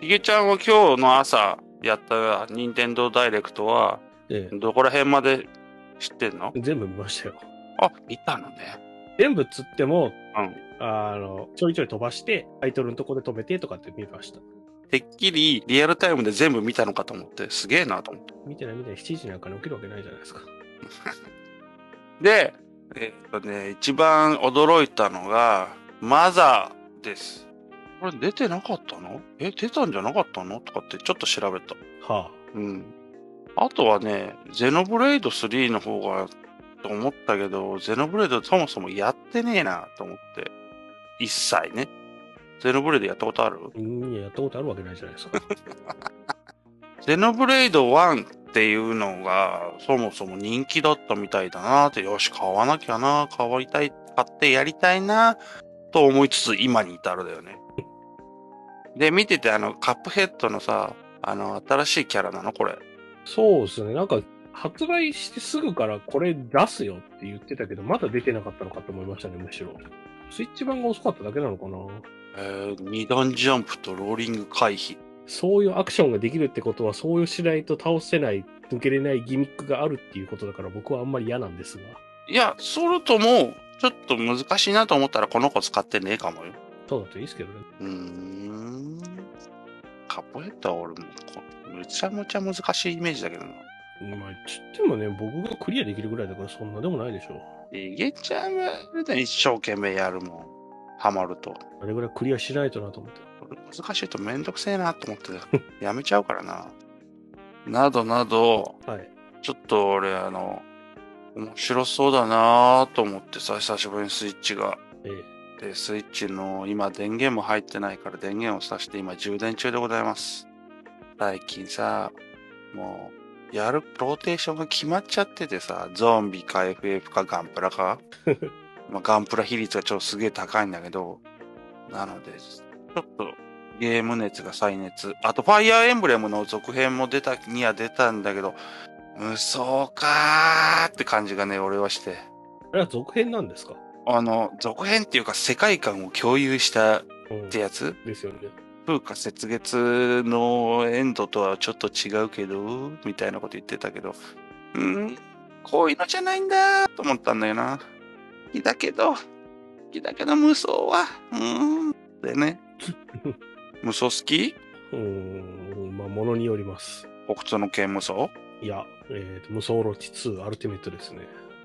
ひげちゃんは今日の朝やった任天堂ダイレクトは、ええどこら辺まで知ってんの全部見ましたよ。あ、見たのね。全部つっても、うんあの、ちょいちょい飛ばして、タイトルのとこで止めてとかって見ました。てっきりリアルタイムで全部見たのかと思って、すげえなと思って。見てない見てない、7時なんかに起きるわけないじゃないですか。で、えっとね、一番驚いたのが、マザーです。これ出てなかったのえ、出たんじゃなかったのとかってちょっと調べた。はうん。あとはね、ゼノブレイド3の方が、と思ったけど、ゼノブレイドそもそもやってねえなと思って。一切ね。ゼノブレイドやったことあるあ。うん、いややったことあるわけないじゃないですか。ゼノブレイド1っていうのが、そもそも人気だったみたいだなって、よし、買わなきゃな、買わりたい、買ってやりたいな、と思いつつ、今に至るだよね。で、見てて、あの、カップヘッドのさ、あの、新しいキャラなのこれ。 そうですね。なんか、発売してすぐからこれ出すよって言ってたけど、まだ出てなかったのかと思いましたね、むしろ。スイッチ版が遅かっただけなのかなえー、二段ジャンプとローリング回避。そういうアクションができるってことは、そういうしないと倒せない、抜けれないギミックがあるっていうことだから、僕はあんまり嫌なんですが。いや、ソルトも、ちょっと難しいなと思ったら、この子使ってねえかもよ。そうだといいですけどね。うーん。カップヘッドは俺もこ、むちゃむちゃ難しいイメージだけどな。まあ、つってもね、僕がクリアできるぐらいだから、そんなでもないでしょう。いげちゃんは、あれだよ一生懸命やるもん。ハマると。あれぐらいクリアしないとなと思って。俺難しいとめんどくせえなと思って、やめちゃうからな。などなど、はい。ちょっと俺、あの、面白そうだなと思ってさ、久しぶりにスイッチが。えで、スイッチの、今電源も入ってないから電源を挿して今充電中でございます。最近さ、もう、やるローテーションが決まっちゃっててさ、ゾンビか FF かガンプラ か。まあ、ガンプラ比率がちょっとすげえ高いんだけど、なので、ちょっとゲーム熱が再熱。あと、ファイアーエンブレムの続編も出たには出たんだけど、うん、そうかーって感じがね、俺はして。えあれは続編なんですかあの、続編っていうか世界観を共有したっうん。てやつですよね。風化雪月のエンドとはちょっと違うけど、みたいなこと言ってたけど、うーん、こういうのじゃないんだと思ったんだよな。好きだけど、好きだけど無双は、うーん、でね。無双好きうーん、まあ、ものによります。北斗の剣無双いや、えーと、無双ロッチ2アルティメットですね。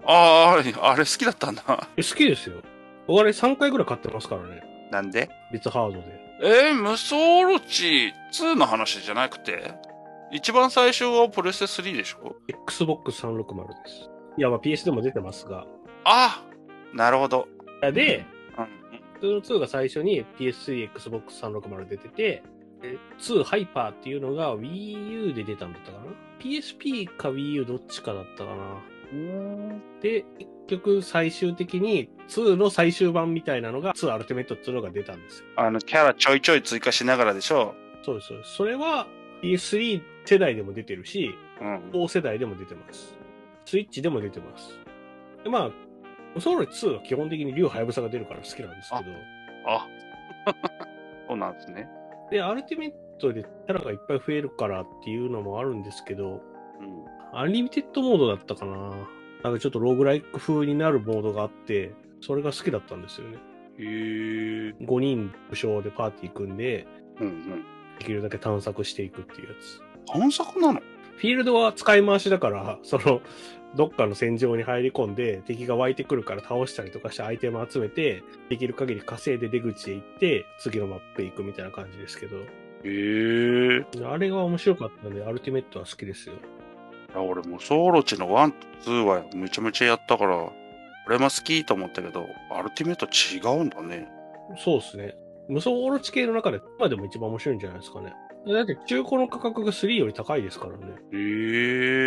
ああ、あれ好きだったんだ。え、好きですよ。僕あれ3回ぐらい買ってますからね。なんで別ハードで。えー、無双オロチ2の話じゃなくて一番最初はプレステ3でしょ Xbox 360です。いや、まあ PS でも出てますが。あなるほど。いやで、うん。普通の2が最初に PS3、Xbox 360出てて、え2ハイパーっていうのが Wii U で出たんだったかな ?PSP か Wii U どっちかだったかなで、結局最終的に2の最終版みたいなのが2アルティメットっていうのが出たんですよ。あの、キャラちょいちょい追加しながらでしょそうです。そうですそれは PS3 世代でも出てるし、うん。同世代でも出てます。スイッチでも出てます。で、まあ、無双ロッチ2は基本的に竜ハヤブサが出るから好きなんですけど、あ そうなんですね。で、アルティメットでキャラがいっぱい増えるからっていうのもあるんですけど、うん。アンリミテッドモードだったかななんかちょっとローグライク風になるモードがあって、それが好きだったんですよね。へえ。 5人武将でパーティー組んで、うんうん。できるだけ探索していくっていうやつ。探索なのフィールドは使い回しだから、その、どっかの戦場に入り込んで、敵が湧いてくるから倒したりとかしてアイテム集めて、できる限り稼いで出口へ行って、次のマップへ行くみたいな感じですけど、へえ。あれが面白かったので、アルティメットは好きですよ。いや、俺もソーロチの1と2はめちゃめちゃやったから、俺も好きと思ったけど、アルティメット違うんだね。そうですね。無双オロチ系の中で、今でも一番面白いんじゃないですかね。だって中古の価格が3より高いですからね。へえ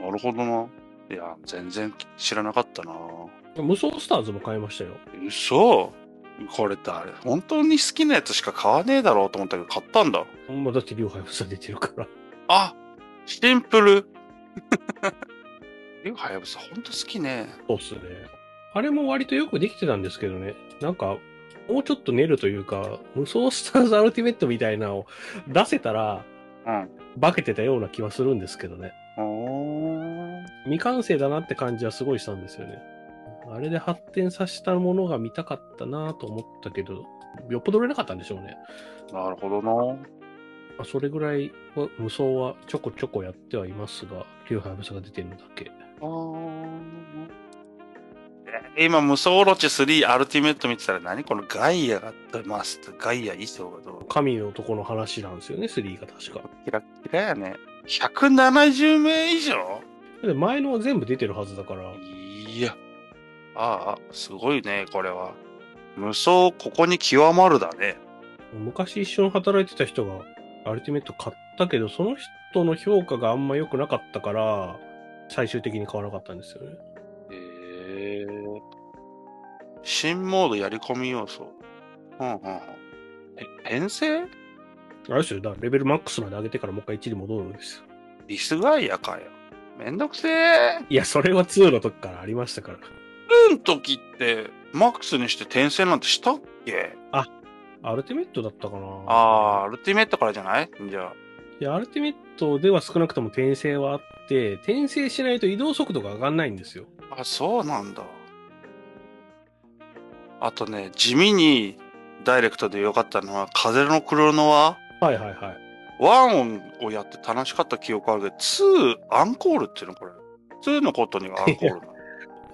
なるほどな。いや、全然知らなかったな。無双スターズも買いましたよ。嘘これ誰本当に好きなやつしか買わねえだろうと思ったけど買ったんだ。まあ、だって両配布さ出てるから。 あシンプ ルリュウハヤブサほんと好きね。そうっすね。あれも割とよくできてたんですけどね。なんか、もうちょっと練るというか、無双スターズアルティメットみたいなのを 出せたら、化けてたような気はするんですけどね。うん。おー未完成だなって感じはすごいしたんですよね。あれで発展させたものが見たかったなと思ったけど、よっぽど売れなかったんでしょうね。なるほどな。まあそれぐらいは無双はちょこちょこやってはいますが、流派無双が出てるのだけ。あーえ今、無双オロチ3アルティメット見てたら何このガイアが出ますってガイア衣装がどう神の男の話なんですよね、3が確か。キラッキラやね。170名以上で前のは全部出てるはずだから、いや。ああ、すごいね、これは。無双、ここに極まるだね。昔一緒に働いてた人がアルティメット買ったけど、その人の評価があんま良くなかったから、最終的に買わなかったんですよね。へえ。新モードやり込み要素。うんうんうん。え、転生あれですよ、だからレベルマックスまで上げてからもう一回1に戻るんですよ。リスガイアかよ。めんどくせえ。いや、それは2の時からありましたから。の時って、マックスにして転生なんてしたっけアルティメットだったかなあー、アルティメットからじゃないじゃあ。いや、アルティメットでは少なくとも転生はあって、転生しないと移動速度が上がんないんですよ。あ、そうなんだ。あとね、地味にダイレクトで良かったのは、風の黒の輪はいはいはい。 1をやって楽しかった記憶あるけど、2アンコールっていうのこれ。2のことにはアンコールなの。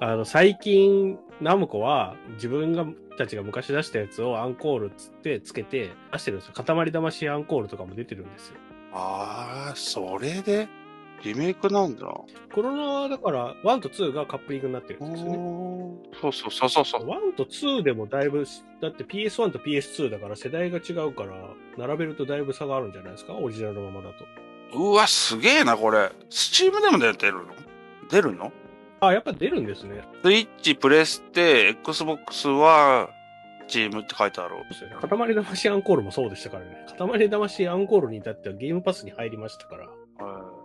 あの、最近、ナムコは自分がたちが昔出したやつをアンコールっつってつけて出してるんですよ。塊魂アンコールとかも出てるんですよ。あー、それでリメイクなんだ。コロナはだから1と2がカップリングになってるんですよね。おーそうそうそうそうそう。 1と2でもだいぶ、だって PS1 と PS2 だから世代が違うから、並べるとだいぶ差があるんじゃないですかオリジナルのままだと。うわ、すげえな、これ。スチームでも出てるの出るのあ、やっぱ出るんですね。スイッチ、プレステ、Xbox は、チームって書いてある。そうですよね。塊魂アンコールもそうでしたからね。塊魂アンコールに至ってはゲームパスに入りましたから。えー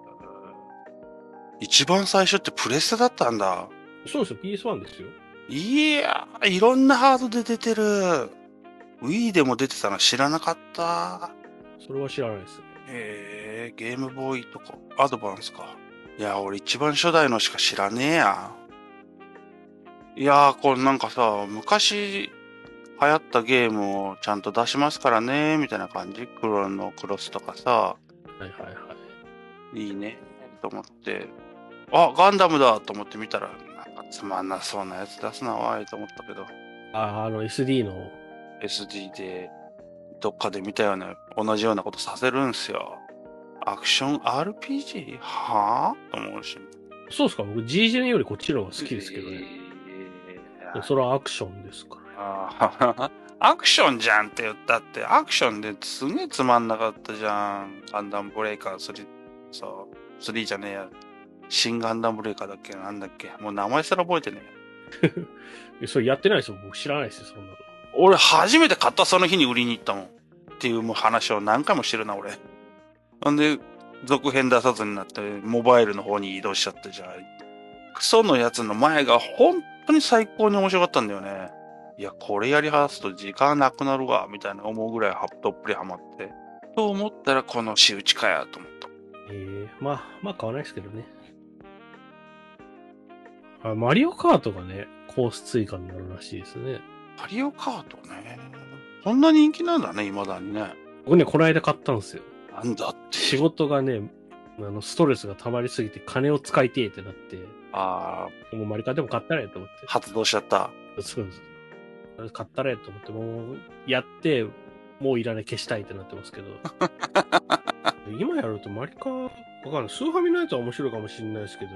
一番最初ってプレステだったんだ。そうですよ、PS1 ですよ。いやー、いろんなハードで出てる。Wii でも出てたの知らなかった。それは知らないです。えー、ゲームボーイとか、アドバンスか。いや、俺一番初代のしか知らねえや。いやー、これなんかさ、昔流行ったゲームをちゃんと出しますからね、みたいな感じ。クロのクロスとかさ、はいはいはい。いいね、と思って。あ、ガンダムだと思って見たら、なんかつまんなそうなやつ出すな、わい、と思ったけど。あ、あの SD の、 SD で、どっかで見たような、同じようなことさせるんすよ。アクション RPG? はぁと思うし。そうですか、僕 G ジェネよりこっちの方が好きですけどね。えーそれはアクションですから。あー アクションじゃんって言ったって、アクションですげえつまんなかったじゃん。ガンダムブレイカー3、そう、3じゃねえや。新ガンダムブレイカーだっけなんだっけもう名前すら覚えてねえ。えそれやってないですよ、僕知らないですよ、そんなの。俺初めて買ったその日に売りに行ったもん。っていうもう話を何回もしてるな、俺。ほんで、続編出さずになって、モバイルの方に移動しちゃって、じゃあ、クソのやつの前が本当に最高に面白かったんだよね。いや、これやりはすと時間なくなるわ、みたいな思うぐらいはどっぷりハマって。と思ったら、この仕打ちかや、と思った。ええまあ、まあ買わないですけどね。あマリオカートがね、コース追加になるらしいですね。マリオカートね。そんな人気なんだね、未だにね。僕ね、この間買ったんですよ。なんだって。仕事がね、あの、ストレスが溜まりすぎて金を使いてえってなって、あもうマリカーでも買ったらえと思っー、発動しちゃった。て。そうです。買ったらえと思って、もう、やって、もういらない消したいってなってますけど。今やるとマリカー、わかんない。スーファミのやつは面白いかもしれないですけど、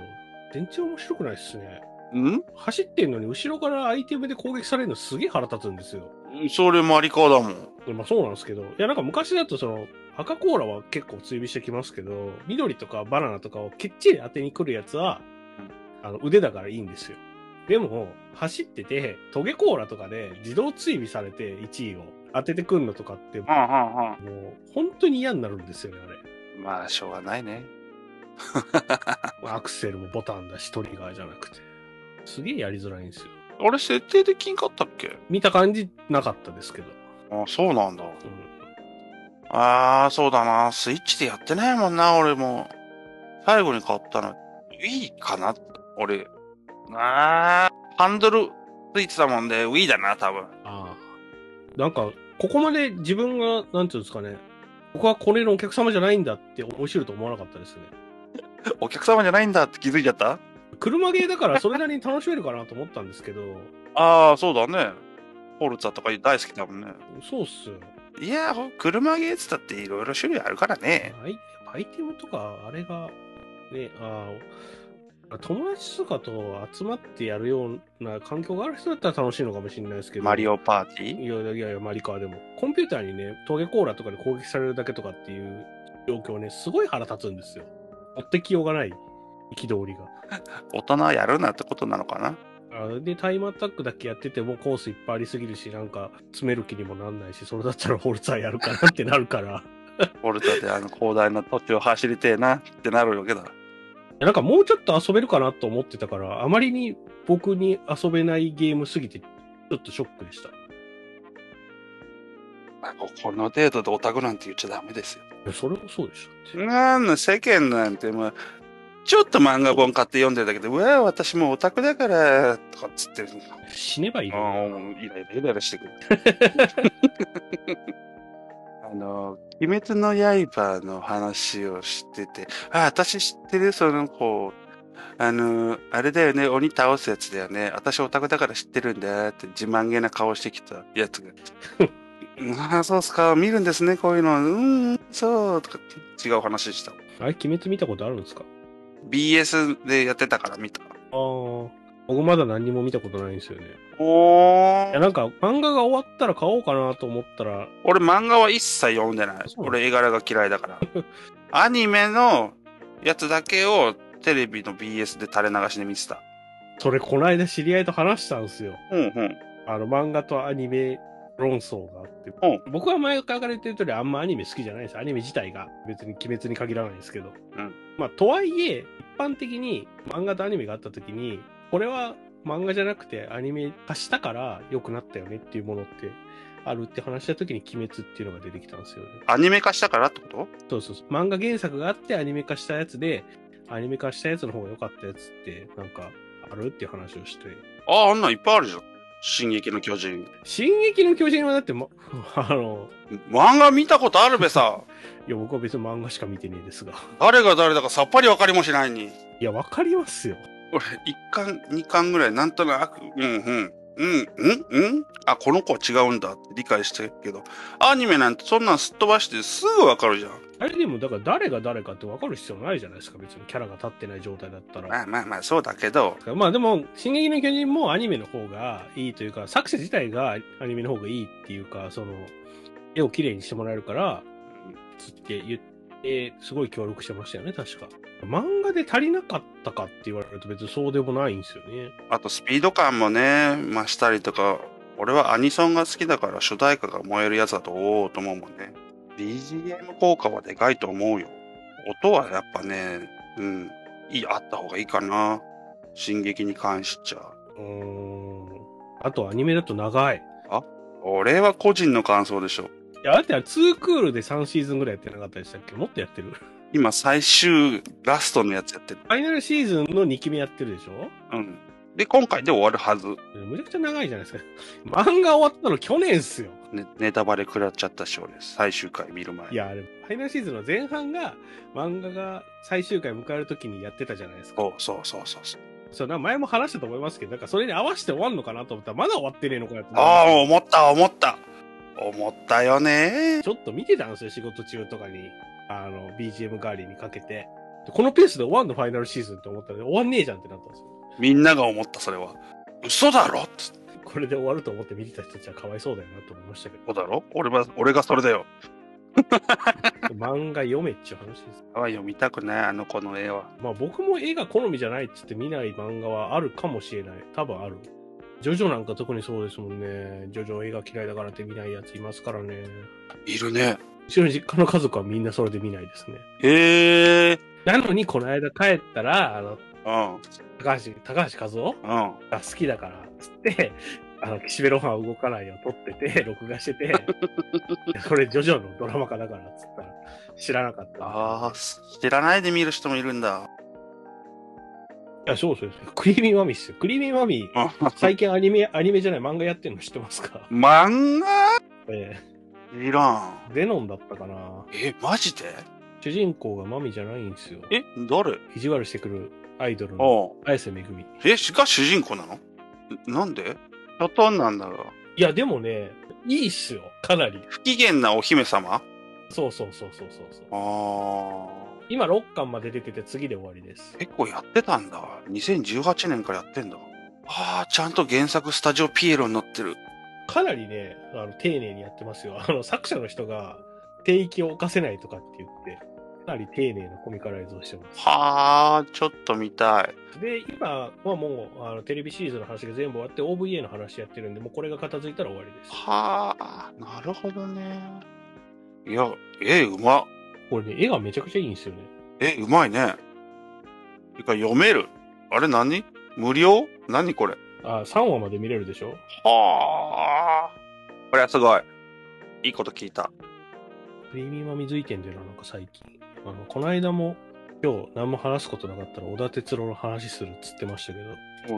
全然面白くないっすね。ん走ってんのに後ろからアイテムで攻撃されるのすげえ腹立つんですよ。それマリカーだもん。まあそうなんですけど、いやなんか昔だとその、赤コーラは結構追尾してきますけど、緑とかバナナとかをきっちり当てに来るやつは、あの腕だからいいんですよ。でも、走ってて、トゲコーラとかで自動追尾されて1位を当ててくんのとかって、もうんうんうん。う本当に嫌になるんですよね、あれ。まあ、しょうがないね。アクセルもボタンだし、トリガーじゃなくて。すげえやりづらいんですよ。あれ設定できんかったっけ見た感じなかったですけど。あ、そうなんだ。うんあー、そうだな。スイッチでやってないもんな、俺も。最後に買ったの、Wii かな俺。あー、ハンドルついてたもんで、Wii だな、多分。ああ。なんか、ここまで自分が、なんていうんですかね、僕はこれのお客様じゃないんだって面白いと思わなかったですね。お客様じゃないんだって気づいちゃった車ゲーだからそれなりに楽しめるかなと思ったんですけど、 あー、そうだね。ホルツァとか大好きだもんね。そうっすよ。いやー、車ゲーっつったっていろいろ種類あるからね。アイやっぱアイテムとか、あれが、ね、ああ、友達とかと集まってやるような環境がある人だったら楽しいのかもしれないですけど。マリオパーティーいやいやいや、マリカーでも。コンピューターにね、トゲコーラとかで攻撃されるだけとかっていう状況ね、すごい腹立つんですよ。持ってきようがない、憤りが。大人はやるなってことなのかなあで、タイムアタックだけやっててもコースいっぱいありすぎるし、なんか詰める気にもなんないし、それだったらホルツァーやるかなってなるから。ホルツァであの広大な土地を走りてえなってなるわけだ。いやなんかもうちょっと遊べるかなと思ってたから、あまりに僕に遊べないゲームすぎて、ちょっとショックでした。あここの程度でオタクなんて言っちゃダメですよ。いやそれもそうでしょ。なんの世間なんてもう、ちょっと漫画本買って読んでるだけで、うわ、私もうオタクだから、とかっつって、死ねばいいあのーもうイライライライラしてくる。あの、鬼滅の刃の話をしてて、あ、私知ってる、その子、あの、あれだよね、鬼倒すやつだよね、私オタクだから知ってるんだよって自慢げな顔してきたやつが。うんああ、そうっすか、見るんですね、こういうの。うん、そう、とかって違う話した。あれ、鬼滅見たことあるんですか BS でやってたから見た。ああ。僕まだ何にも見たことないんですよね。おいや、なんか漫画が終わったら買おうかなと思ったら、俺漫画は一切読んでない。そうなの俺絵柄が嫌いだ から。アニメのやつだけをテレビの BS で垂れ流しで見てた。それこないだ知り合いと話したんですよ。うんうん。あの漫画とアニメ論争があって。う僕は前から言ってる通りあんまアニメ好きじゃないです。アニメ自体が別に鬼滅に限らないんですけど。うんまあ、とはいえ、一般的に漫画とアニメがあった時に、これは漫画じゃなくてアニメ化したから良くなったよねっていうものってあるって話した時に鬼滅っていうのが出てきたんですよね。アニメ化したからってことそうそうそう。漫画原作があってアニメ化したやつで、アニメ化したやつの方が良かったやつって、なんか、あるっていう話をして。ああ、あんなんいっぱいあるじゃん。進撃の巨人。進撃の巨人はだって、ま、 あの、漫画見たことあるべ さ。いや、僕は別に漫画しか見てねえですが。 誰が誰だかさっぱりわかりもしないに。いや、わかりますよ。俺、一巻、二巻ぐらいなんとなく、うんうん。うん、うん、うんあ、この子は違うんだって理解してるけど、アニメなんてそんなんすっ飛ばしてすぐわかるじゃん。あれでも、だから誰が誰かってわかる必要ないじゃないですか。別にキャラが立ってない状態だったまら。あまあまあ、そうだけど、まあでも、進撃の巨人もアニメの方がいいというか、作者自体がアニメの方がいいっていうか、その、絵を綺麗にしてもらえるから、つって言って、すごい協力してましたよね、確か。漫画で足りなかったかって言われると別にそうでもないんですよね。あとスピード感もね、増したりとか、俺はアニソンが好きだから主題歌が燃えるやつだとおおと思うもんね。BGM 効果はでかいと思うよ。音はやっぱね、うん、いい、あった方がいいかな。進撃に関しちゃ。うーん。あとアニメだと長い。俺は個人の感想でしょ。いや、だってあれ2クールで3シーズンぐらいやってなかったでしたっけもっとやってる。フ今最終ラストのやつやってる。ァイナルシーズンの2期目やってるでしょうん。で、今回で終わるはず。むちゃくちゃ長いじゃないですか。 漫画終わったの去年っすよ。ね、ネタバレ食らっちゃったし、俺。最終回見る前。いや、あれ、ファイナルシーズンの前半が、漫画が最終回迎えるときにやってたじゃないですか。そうそうそうそうそう。そう、なんか前も話したと思いますけど、なんかそれに合わせて終わるのかなと思ったら、まだ終わってねえのかよってああ、思った、思った。思ったよね。ちょっと見てたんですよ、仕事中とかに。あの、BGM 代わりにかけて。でこのペースで終わんのファイナルシーズンって思ったら、終わんねえじゃんってなったんですよ。みんなが思った、それは。嘘だろつってこれで終わると思って見てた人たちはかわいそうだよなと思い ましたけそうだろ俺は、俺がそれだよ。ど、漫画読めっちゅう話です。あ読みたくない、あの子の絵は。まあ僕も絵が好みじゃないっつって見ない漫画はあるかもしれない。多分ある。ジョジョなんか特にそうですもんね。ジョジョ絵が嫌いだからって見ないやついますからね。いるね。うちの実家の家族はみんなそれで見ないですね。へえ。なのに、この間帰ったら、あの、うん。高橋、高橋和夫 うん。が好きだから、つって、あの、岸辺露伴は動かないを撮ってて、 録画してて、これジョジョのドラマ化だから、つったら、知らなかった。ああ、知らないで見る人もいるんだ。いや、そうそうそう。クリーミーマミっすよ。クリーミーマミ、うん最近アニメ、アニメじゃない漫画やってるの知ってますか漫画えいらん。ー、ゼノンだったかなえ、マジで主人公がマミじゃないんですよ。え、誰意地悪してくるアイドルのおう綾瀬めぐみ。え、しが主人公なのんなんでショトンなんだろう。いや、でもね、いいっすよ。かなり。不機嫌なお姫様そうそうそうそうそうそう。ああ。今6巻まで出てて次で終わりです。結構やってたんだ。2018年からやってんだ。ああ、ちゃんと原作スタジオピエロになってる。かなりね、あの、丁寧にやってますよ。あの、作者の人が定域を犯せないとかって言って、かなり丁寧なコミカライズをしてます。はあ、ちょっと見たい。で、今はもう、あの、テレビシリーズの話が全部終わって、OVA の話やってるんで、もうこれが片付いたら終わりです。はあ、なるほどね。いや、え、うま。これね、絵がめちゃくちゃいいんですよね。え、うまいね。てか読める。あれ何無料何これ。あ、3話まで見れるでしょはあ。これはすごい。いいこと聞いた。プレミマミ随店でのなんか最近。あの、この間も、今日何も話すことなかったら、小田哲郎の話するっつってましたけど、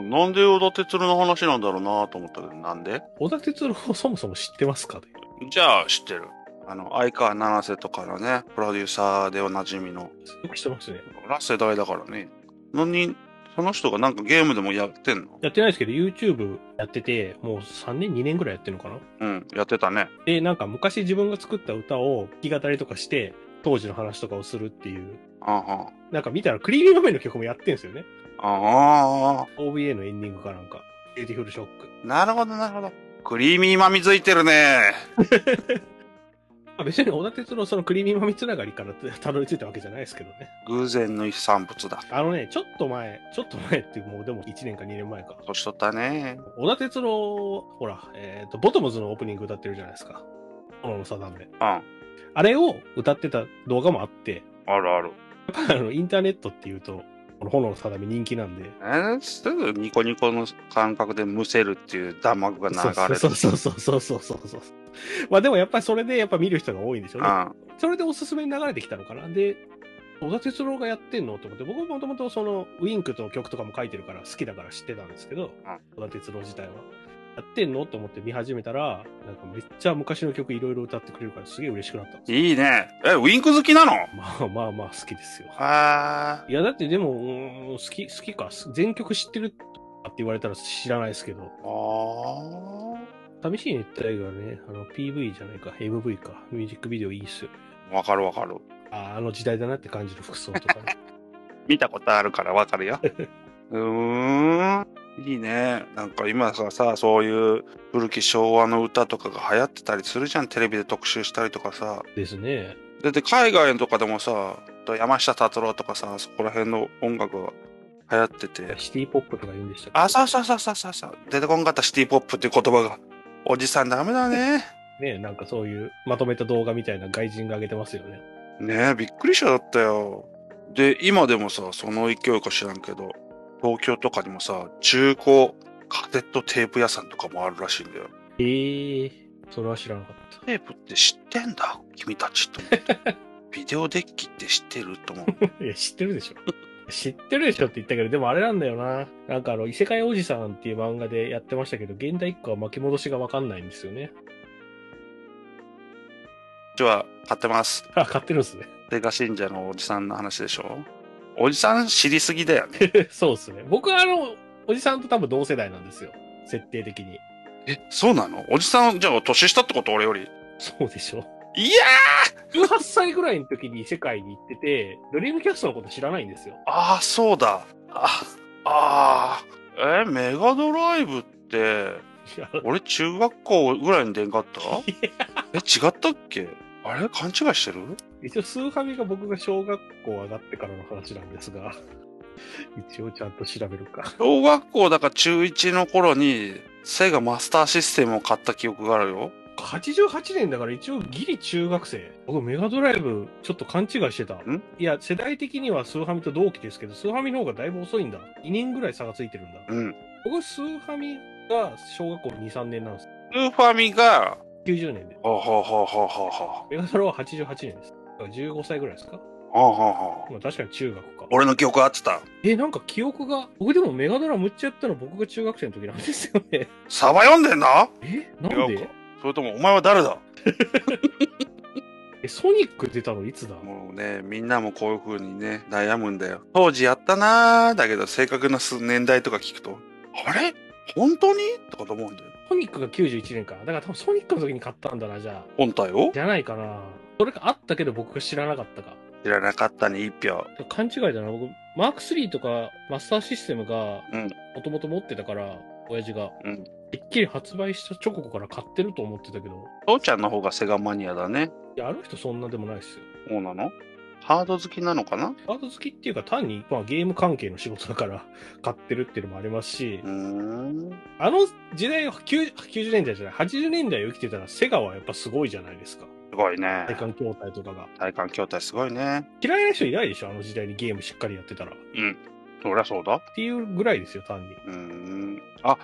もうなんで小田哲郎の話なんだろうなと思ったけど、なんで小田哲郎をそもそも知ってますかねじゃあ知ってる。あの、相川七瀬とかのね、プロデューサーでおなじみの、よく知ってますね。ラ世代だからね。のに、その人がなんかゲームでもやってんのやってないですけど、YouTube やってて、もう3年、2年ぐらいやってるのかなうん、やってたね。で、なんか昔自分が作った歌を弾き語りとかして、当時の話とかをするっていう。あはなんか見たら、クリーミーマミの曲もやってんすよね。ああ OVA のエンディングかなんか。ビューティフルショック。ー、なるほど、なるほど。クリーミーまみついてるね。あ別に小田哲郎そのクリーミーマミつながりからたどり着いたわけじゃないですけどね。偶然の一産物だ。あのね、ちょっと前、ちょっと前っていう、もうでも1年か2年前か。年取ったね。小田哲郎、ほら、えっ、と、ボトムズのオープニング歌ってるじゃないですか。炎の定め。うん。ああれを歌ってた動画もあって、 るある。やっぱりあの、インターネットっていうと、この炎の定め人気なんで。えーすぐニコニコの感覚でむせるっていう弾幕が流れる。そうそうそうそうそうそうそう。まあでもやっぱりそれでやっぱ見る人が多いんでしょうね。あそれでおすすめに流れてきたのかな。で、小田哲郎がやってんのと思って、僕もともとその、ウィンクの曲とかも書いてるから好きだから知ってたんですけど、小田哲郎自体は。やってんのと思って見始めたら、なんかめっちゃ昔の曲いろいろ歌ってくれるからすげえ嬉しくなったんですよ。いいね。え、ウィンク好きなのまあまあまあ好きですよ。あいやだってでも、うーん好き、好きか。全曲知ってるかって言われたら知らないですけど、ーあ寂しい熱帯夜がね、あの PV じゃないか、MV か、ミュージックビデオいいっすよ。ー。わかるわかる。あーあの時代だなって感じる服装とか ね。見たことあるからわかるよ。うーん。いいね。なんか今さ、さ、そういう古き昭和の歌とかが流行ってたりするじゃん。テレビで特集したりとかさ。ですね。だって海外とかでもさ、山下達郎とかさ、そこら辺の音楽が流行ってて。シティポップとか言うんでしたっけあ、そうそうそうそうそうそう。出てこんかったシティポップっていう言葉が。おじさんダメだね。ねなんかそういうまとめた動画みたいな外人が上げてますよね。ねえ、びっくりしちゃったよ。で、今でもさ、その勢いか知らんけど、東京とかにもさ、中古カセットテープ屋さんとかもあるらしいんだよ。ええそれは知らなかった。テープって知ってんだ、君たちと思って。ビデオデッキって知ってると思う。 いや、知ってるでしょ。 知ってるでしょって言ったけど、でもあれなんだよな。なんかあの、異世界おじさんっていう漫画でやってましたけど、現代一個は巻き戻しがわかんないんですよね。 じゃあ、買ってます。あ、買ってるんですね。 デカ信者のおじさんの話でしょおじさん知りすぎだよね。そうですね。僕はあの、おじさんと多分同世代なんですよ。設定的に。え、そうなのおじさん、じゃあ年下ってこと俺より。そうでしょ。 いや18歳ぐらいの時に世界に行ってて、ドリームキャストのこと知らないんですよ。ああ、そうだ。あ、ああ。え、メガドライブって、いや俺中学校ぐらいに出んかったえ、違ったっけあれ勘違いしてる一応、スーファミが僕が小学校上がってからの話なんです が、一応ちゃんと調べるか。小学校だから中1の頃に、セガマスターシステムを買った記憶があるよ。 88年だから一応ギリ中学生。僕メガドライブちょっと勘違いしてた。んいや、世代的にはスーハミと同期ですけど、スーハミの方がだいぶ遅いんだ。2年ぐらい差がついてるんだ。うん。僕、スーハミが小学校2、3年なんです。スーファミが、 90年で。ほうほうほうほうほうほメガドラは88年です。だから15歳ぐらいですかう。ほうほうほう。まあ確かに中学か。俺の記憶合ってた。え、なんか記憶が、僕でもメガドラむっちゃやったの僕が中学生の時なんですよね。サバ読んでんなえ、なん違うでかそれとも、お前は誰だえ、ソニック出たのいつだもうね、みんなもこういう風にね、悩むんだよ。当時やったなー、だけど正確な数年代とか聞くと、あれ本当にとかと思うんだよ。ソニックが91年か。だから多分ソニックの時に買ったんだな、じゃあ。本体をじゃないかな。それかあったけど僕が知らなかったか。知らなかったに一票。勘違いだな。僕、マーク3とかマスターシステムがうん、もともと持ってたから、親父が。うん。てっきり発売した直後から買ってると思ってたけど。父ちゃんの方がセガマニアだね。いや、ある人そんなでもないですよ。そうなのハード好きなのかなハード好きっていうか単に、まあ、ゲーム関係の仕事だから 買ってるっていうのもありますしう、ーん。あの時代は90、90年代じゃない、80年代を生きてたらセガはやっぱすごいじゃないですか。すごいね体。感筐体とかが。体感筐体すごいね。嫌いな人いないでしょあの時代にゲームしっかりやってたら。っうん。そりゃそうだ。ていうぐらいですよ、単に。うーん。あ、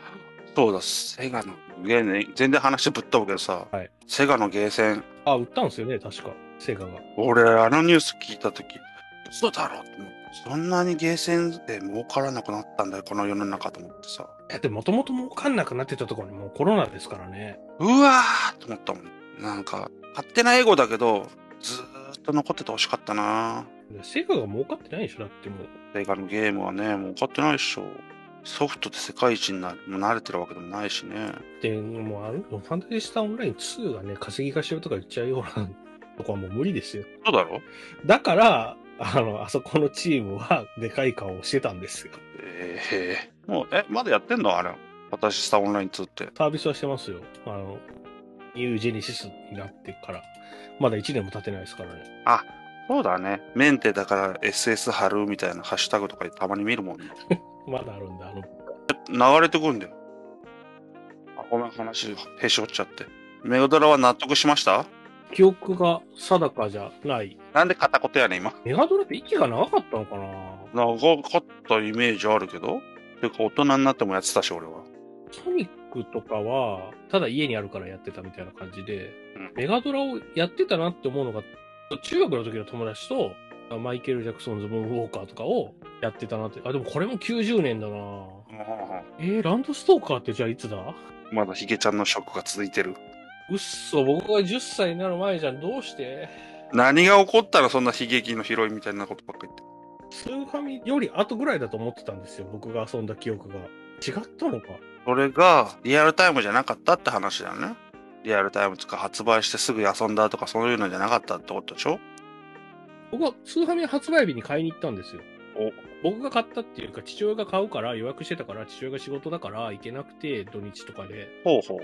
そうだ、セガのゲーね、全然話ぶっ飛ぶけどさ、はいセガのゲーセン、あ、売ったんですよね、確か。セガが。俺、あのニュース聞いたとき、嘘だろって思ってそんなにゲーセンで儲からなくなったんだよ、この世の中と思ってさ。え、でもともと儲かんなくなってたところにもうコロナですからね。うわーと思ったもん。なんか、勝手なエゴだけど、ずーっと残っててほしかったなでセガが儲かってないでしょだってもう。セガのゲームはね、儲かってないっしょ。ソフトで世界一にな慣れてるわけでもないしね。で、もうあの、ファンタジスタオンライン2がね、稼ぎ化しようとか言っちゃうようなとこはもう無理ですよ。そうだろだから、あの、あそこのチームは、でかい顔をしてたんですよ。ええもう、え、まだやってんのあれ。私したオンライン2って。サービスはしてますよ。あの、ニュージェネシスになってから。まだ1年も経ってないですからね。あ、そうだね。メンテだから SS 貼るみたいなハッシュタグとかたまに見るもんね。まだあるんだ、あの、流れてくんだよ。あ、ごめん、話、へし折っちゃって。メガドラは納得しました記憶が定かじゃない。なんで片言やねん、今。メガドラって息が長かったのかな長かったイメージあるけど。てか、大人になってもやってたし、俺は。ソニックとかは、ただ家にあるからやってたみたいな感じで、うんメガドラをやってたなって思うのが、中学の時の友達と、マイケル・ジャクソンズ・ムーンウォーカーとかをやってたなって。あ、でもこれも90年だなえー、ランドストーカーってじゃあいつだまだヒゲちゃんのショックが続いてる。うっそ、僕が10歳になる前じゃん。どうして何が起こったらそんな悲劇のヒロインみたいなことばっかり言って。スーファミより後ぐらいだと思ってたんですよ。僕が遊んだ記憶が。違ったのかそれがリアルタイムじゃなかったって話だよね。リアルタイムとか発売してすぐ遊んだとかそういうのじゃなかったってことでしょ僕はスーファミ発売日に買いに行ったんですよ。お僕が買ったっていうか、父親が買うから、予約してたから、父親が仕事だから行けなくて、土日とかで。ほうほう。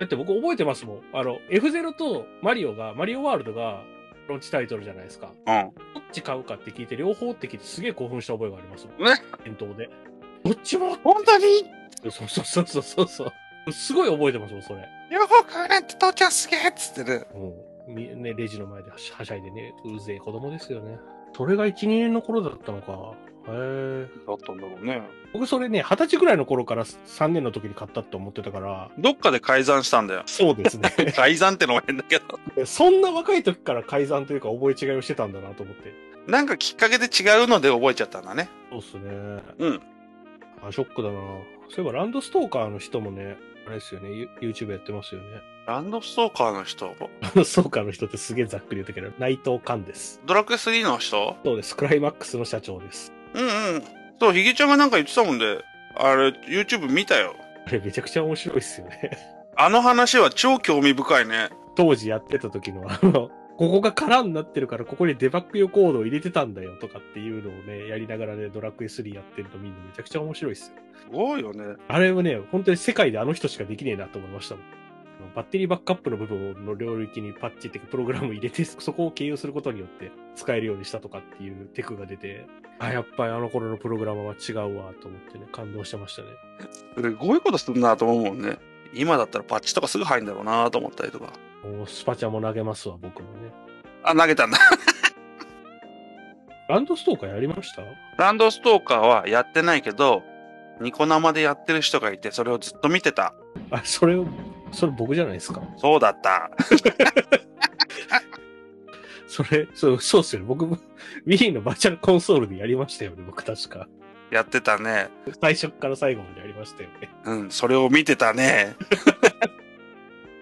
だって僕覚えてますもん。あの、F0 とマリオが、マリオワールドが、ロンチタイトルじゃないですか。うん。どっち買うかって聞いて、両方って聞いて、すげえ興奮した覚えがありますもん。ね店頭で。どっちも本当にそうそうそうそうそうそう。すごい覚えてますもん、それ。両方買うなんて父ちゃんすげえっつってる。うん。みね、レジの前ではしはしゃいでね、うぜえ子供ですよね。それが1、2年の頃だったのか。へえ。だったんだろうね。僕それね、二十歳ぐらいの頃から3年の時に買ったって思ってたから。。どっかで改ざんしたんだよそうですね。改ざんってのも変だけど。 そんな若い時から改ざんというか覚え違いをしてたんだなと思って。なんかきっかけで違うので覚えちゃったんだね。そうっすね。うん。あ、ショックだなそういえばランドストーカーの人もね、あれですよね、ユ YouTube やってますよね。 ランドストーカーの人、ランドストーカーの人ってすげえざっくり言ったけど、内藤寛です。ドラクエ3の人そうです。クライマックスの社長です。うんうん。そう、ヒゲちゃんがなんか言ってたもんで、あれ、YouTube 見たよ。あれめちゃくちゃ面白いっすよね。あの話は超興味深いね。当時やってた時の あの、ここが空になってるからここにデバッグ用コードを入れてたんだよとかっていうのをね、やりながらね、ドラクエ3やってるのみんなめちゃくちゃ面白いっすよ。すごいよね。あれはね、本当に世界であの人しかできねえなと思いましたもん。あのバッテリーバックアップの部分の領域にパッチっていうかプログラムを入れて、 そこを経由することによって使えるようにしたとかっていうテクが出て、あ、やっぱりあの頃のプログラマーは違うわと思ってね、感動してましたね。すごいことするなと思うもんね。今だったらパッチとかすぐ入るんだろうなと思ったりとか。もうスパチャも投げますわ、僕もね。あ、投げたんだ。ランドストーカーやりました ランドストーカーはやってないけど、ニコ生でやってる人がいて、それをずっと見てた。あ、それを、それ僕じゃないですか。そうだった。それ、そう、そうっすよね。僕も Wii のバーチャルコンソールでやりましたよね、僕確か。やってたね。最初から最後までやりましたよね。うん、それを見てた ね。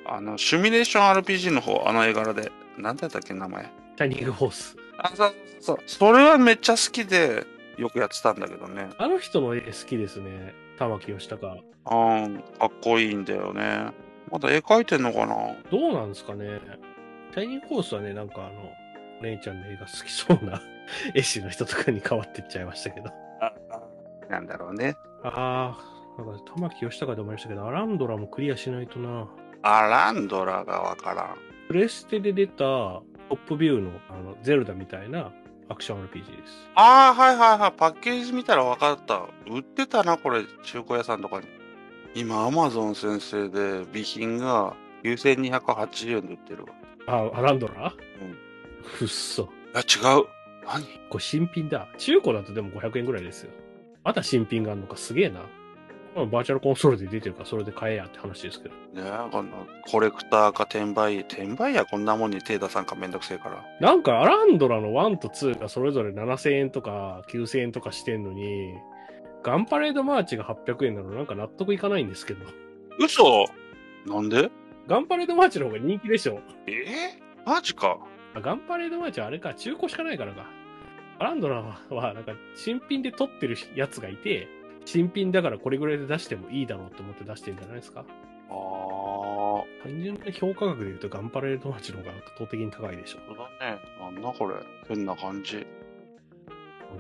あの、シミュレーション RPG の方、あの絵柄で。なんだったっけ、名前。シャイニングホース。あ、そうそうそう。それはめっちゃ好きで、よくやってたんだけどね。あの人の絵好きですね。玉木義孝。うん、かっこいいんだよね。まだ絵描いてんのかなどうなんですかね。シャイニングホースはね、なんかあの、お姉ちゃんの絵が好きそうな 絵師の人とかに変わってっちゃいましたけど。なんだろうね。あー、なんか玉木義孝で思いましたけど、アランドラもクリアしないとな。アランドラがわからん。プレステで出たトップビューのあのゼルダみたいなアクション RPG です。ああ、はいはいはい。パッケージ見たらわかった。売ってたな、これ。中古屋さんとかに。今、アマゾン先生で、備品が9280円で売ってるわ。あ、アランドラうん。うっそ。いや、違う。何これ新品だ。中古だとでも500円ぐらいですよ。まだ新品があるのかすげえな。まあバーチャルコンソールで出てるからそれで買えやって話ですけど。ねえ、このコレクターか転売、転売やこんなもんに手出さんかめんどくせえから。なんかアランドラの1と2がそれぞれ7000円とか9000円とかしてんのに、ガンパレードマーチが800円なのなんか納得いかないんですけど。嘘なんでガンパレードマーチの方が人気でしょ。えーマジか。あガンパレードマーチはあれか、中古しかないからか。アランドラは、なんか、新品で取ってるやつがいて、新品だからこれぐらいで出してもいいだろうと思って出してるんじゃないですか。ああ、単純な評価額で言うと、ガンパレードマーチの方が圧倒的に高いでしょ。そうだね。なんだこれ。変な感じ。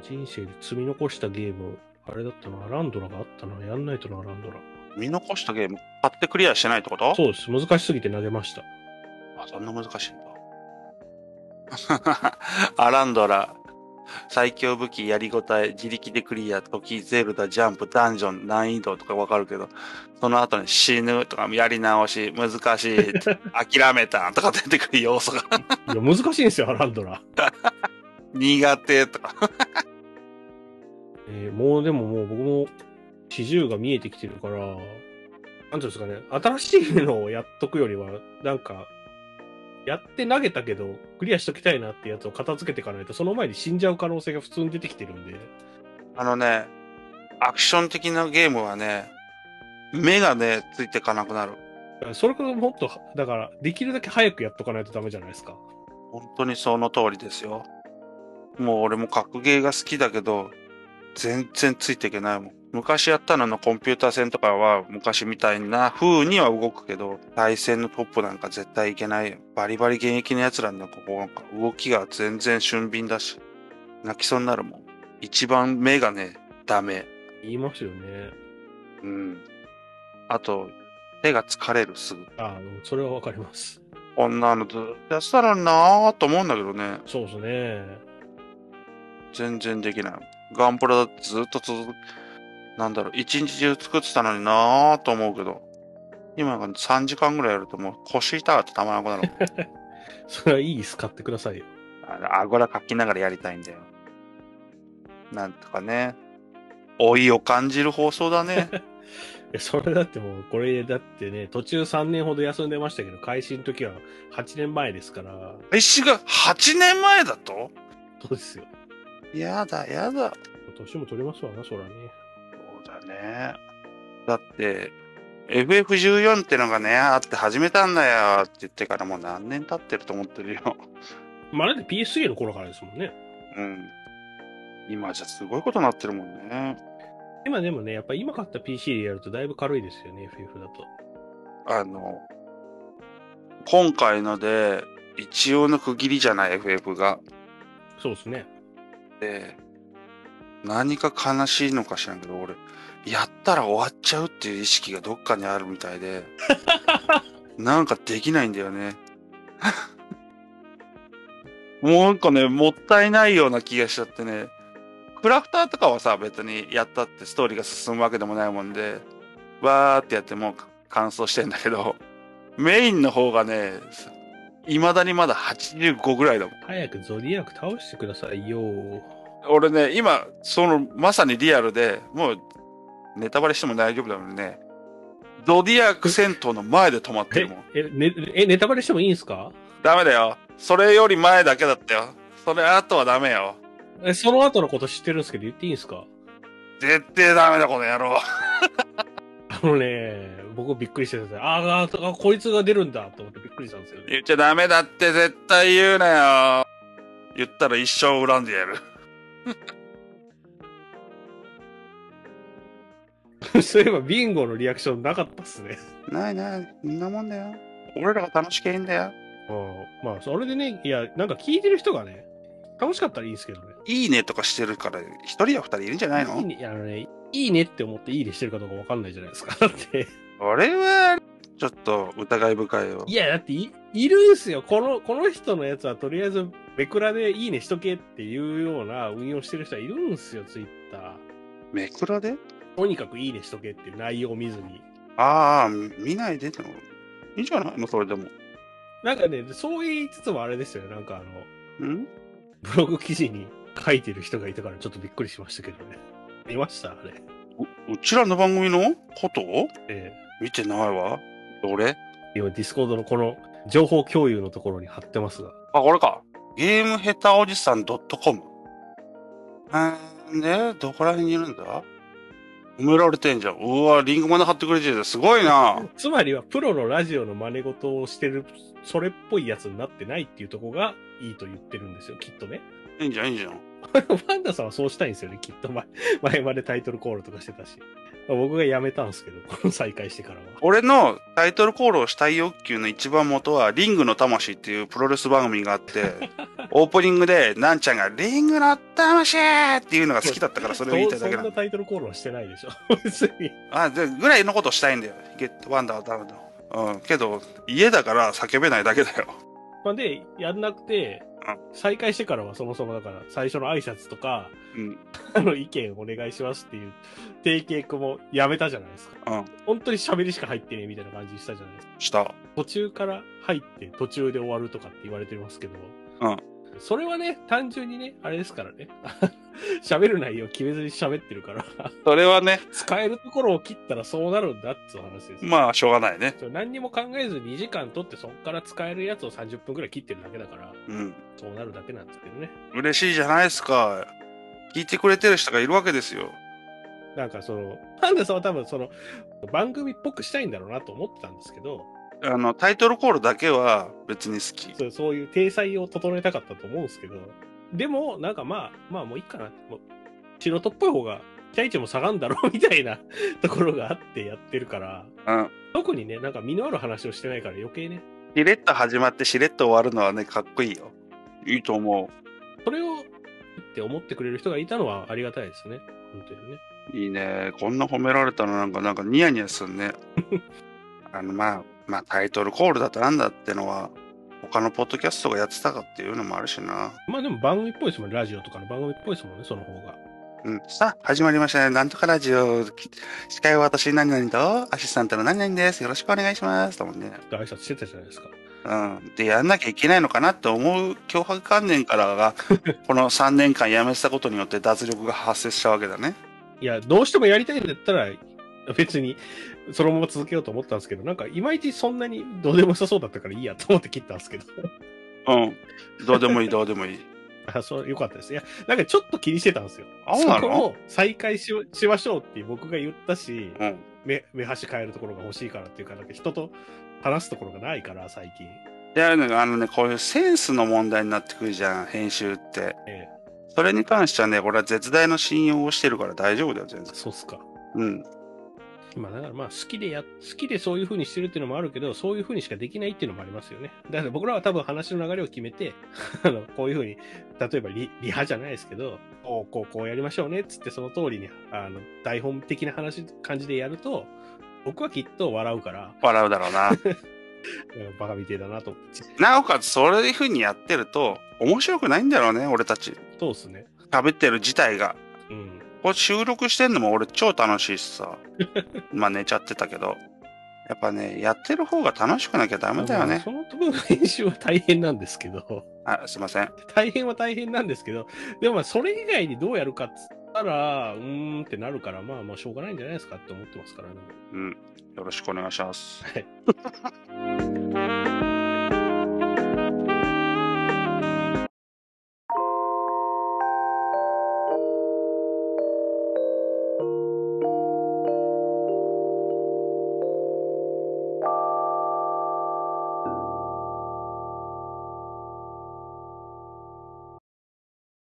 人生で積み残したゲーム、あれだったの、アランドラがあったな、やんないとな、アランドラ。見残したゲーム、買ってクリアしてないってことそうです。難しすぎて投げました。あ、そんな難しいんだ。 アランドラ、最強武器、やりごたえ、自力でクリア、時、ゼルダ、ジャンプ、ダンジョン、難易度とかわかるけど、その後に死ぬとか、やり直し、難しい、諦めたとか出てくる要素が、 いや、難しいんですよ、アランドラ。苦手とか。えーもうでももう僕も四十が見えてきてるから、なんていうんですかね、新しいのをやっとくよりは、なんか、やって投げたけど、クリアしときたいなってやつを片付けていかないと、その前に死んじゃう可能性が普通に出てきてるんで、あのね、アクション的なゲームはね、目がね、ついてかなくなる。それからもっと、だから、できるだけ早くやっとかないとダメじゃないですか。本当にその通りですよ。もう俺も格ゲーが好きだけど、全然ついていけないもん。昔やったののコンピューター戦とかは昔みたいな風には動くけど、対戦のトップなんか絶対いけないよ。バリバリ現役の奴らのここなんか動きが全然俊敏だし、泣きそうになるもん。一番目がね、ダメ。言いますよね。うん。あと、手が疲れるすぐ。ああ、それはわかります。こんなのずっとやってたらなぁと思うんだけどね。そうですね。全然できない。ガンプラだってずっと続く、なんだろう、一日中作ってたのになぁと思うけど、今が3時間ぐらいやるともう腰痛ってたまらなくなる。それはいい椅子買ってくださいよ。 あの、あごらかきながらやりたいんだよ。なんとかね、老いを感じる放送だね。いやそれだってもう、これだってね、途中3年ほど休んでましたけど、開始の時は8年前ですから、石が8年前だとそうですよ。やだ、やだ。年も取れますわな、そらね。そうだね。だって、FF14 ってのがね、あって始めたんだよって言ってからもう何年経ってると思ってるよ。まあ、だって PS3 の頃からですもんね。うん。今じゃすごいことになってるもんね。今でもね、やっぱ今買った PC でやるとだいぶ軽いですよね、FF だと。あの、今回ので、一応の区切りじゃない FF が。そうですね。で、何か悲しいのか知らんけど、俺、やったら終わっちゃうっていう意識がどっかにあるみたいで、なんかできないんだよね。 もうなんかね、もったいないような気がしちゃってね。クラフターとかはさ、別にやったってストーリーが進むわけでもないもんで、わーってやっても、乾燥してんだけど、メインの方がね、未だにまだ85ぐらいだもん。早くゾディアック倒してくださいよ。俺ね、今、その、まさにリアルで、もう、ネタバレしても大丈夫だもんね。ゾディアック戦闘の前で止まってえるもん。、え、ね、え、ネタバレしてもいいんすかダメだよ。それより前だけだったよ。それ後はダメよ。え、その後のこと知ってるんですけど言っていいんすか絶対ダメだ、この野郎。あのね、僕びっくりしてたんですよあーあー、あこいつが出るんだと思ってびっくりしたんですよね。言っちゃダメだって絶対言うなよ。言ったら一生恨んでやる。 そういえばビンゴのリアクションなかったっすね。ないない、そんなもんだよ。俺らが楽しけいいんだよ。うん。まあ、それでね、いや、なんか聞いてる人がね、楽しかったらいいですけどね。いいねとかしてるから、一人や二人いるんじゃないのいね、あのね、いいねって思っていいねしてるかどうかわかんないじゃないですか。だ って。俺は、ちょっと疑い深いよい。や、だってい、いるんすよ。この、この人のやつはとりあえず、ベクラでいいねしとけっていうような運用してる人はいるんすよ、ツイッター。めくらでとにかくいいねしとけっていう内容を見ずに。ああ、見ないでっての。いいんじゃないのそれでも。なんかね、そう言いつつもあれですよね。なんかあの、んブログ記事に書いてる人がいたからちょっとびっくりしましたけどね。見ましたあれ。ううちらの番組のことえ見てないわ。どれえ今、ディスコードのこの情報共有のところに貼ってますが。あ、これか。ゲーム下手おじさん .com。あーんで、どこら辺にいるんだ埋められてんじゃん。うわ、リンゴまで貼ってくれてる。すごいな。つまりは、プロのラジオの真似事をしてる、それっぽいやつになってないっていうとこがいいと言ってるんですよ、きっとね。 いいんじゃん、いいんじゃん。ファンダさんはそうしたいんですよね、きっと前。 前までタイトルコールとかしてたし。僕がやめたんですけど、この再開してからは。俺のタイトルコールをしたい欲求の一番元は、リングの魂っていうプロレス番組があって、 オープニングで、なんちゃんが、リングの魂っていうのが好きだったから、それを言いたいだけなそんんなだ。タイトルコールはしてないでしょ。 別に。あ、で、ぐらいのことしたいんだよ。ゲット、ワンダー、ダウンだ。うん、けど、家だから叫べないだけだよ。 まあ、で、やんなくてうん、再開してからはそもそもだから、最初の挨拶とか、うん。あの、意見お願いしますっていう、定型もやめたじゃないですか。うん。本当に喋りしか入ってねえみたいな感じにしたじゃないですか。した。途中から入って、途中で終わるとかって言われてますけど、うんそれはね、単純にね、あれですからね。 喋る内容決めずに喋ってるから、それはね、使えるところを切ったらそうなるんだっつう話です。まあ、しょうがないね。そう何にも考えず2時間取ってそっから使えるやつを30分くらい切ってるだけだから、うん。そうなるだけなんですけどね。嬉しいじゃないですか。聞いてくれてる人がいるわけですよ。なんかその、パンダさんは多分その、番組っぽくしたいんだろうなと思ってたんですけど、あの、タイトルコールだけは別に好き。そうそういう体裁を整えたかったと思うんですけど、でも、なんかまあ、まあもういいかな。もう素人っぽい方が、期待値も下がんだろうみたいな ところがあってやってるから、うん。特にね、なんか身のある話をしてないから余計ね、しれっと始まってしれっと終わるのはね、かっこいいよ。いいと思それを、って思ってくれる人がいたのはありがたいですね。本当にね。う。いいね。こんな褒められたらなんか、なんかニヤニヤす んね。あの、まあ、まあタイトルコールだとなんだってのは、他のポッドキャストがやってたかっていうのもあるしな。まあでも番組っぽいですもんね。ラジオとかの番組っぽいですもんね、その方が。うん、さあ、始まりましたね。なんとかラジオ。き司会は私、何々と、アシスタントの何々です。よろしくお願いします。だもんね。挨拶してたじゃないですか。うん。で、やんなきゃいけないのかなって思う脅迫観念から が、この3年間やめてたことによって脱力が発生したわけだね。いや、どうしてもやりたいんだったら、別に、そのまま続けようと思ったんですけど、なんか、いまいちそんなにどうでも良さそうだったからいいやと思って切ったんですけど。うん。どうでもいい、どうでもいい。あ、そう、よかったです。いや、なんかちょっと気にしてたんですよ。あそうなのこを再開しようしましょうって僕が言ったし、うん。目、目端変えるところが欲しいからっていうか、なんか人と話すところがないから、最近。で、あのねあのね、こういうセンスの問題になってくるじゃん、編集って。ええ、それに関してはね、俺は絶大の信用をしてるから大丈夫だよ、全然。そうっすか。うん。まあだからまあ好きでや、好きでそういう風にしてるっていうのもあるけど、そういう風にしかできないっていうのもありますよね。だから僕らは多分話の流れを決めて、 あの、こういう風に、例えばリリハじゃないですけど、こう、こう、こうやりましょうねっつってその通りに、あの、台本的な話、感じでやると、僕はきっと笑うから、笑うだろう な。うんバカみてえだなと思って。なおかつ、そういう風にやってると、面白くないんだろうね、俺たち。そうっすね。喋ってる自体が。うん。 これ収録してんのも俺超楽しいしさ。まあ寝ちゃってたけど。やっぱね、やってる方が楽しくなきゃダメだよまあねそ。の分の編集は大変なんですけど、 あ、すいません。大変は大変なんですけど、でもまあそれ以外にどうやるかっつったら、うーんってなるから、まあまあしょうがないんじゃないですかって思ってますからね。うん。よろしくお願いします。はい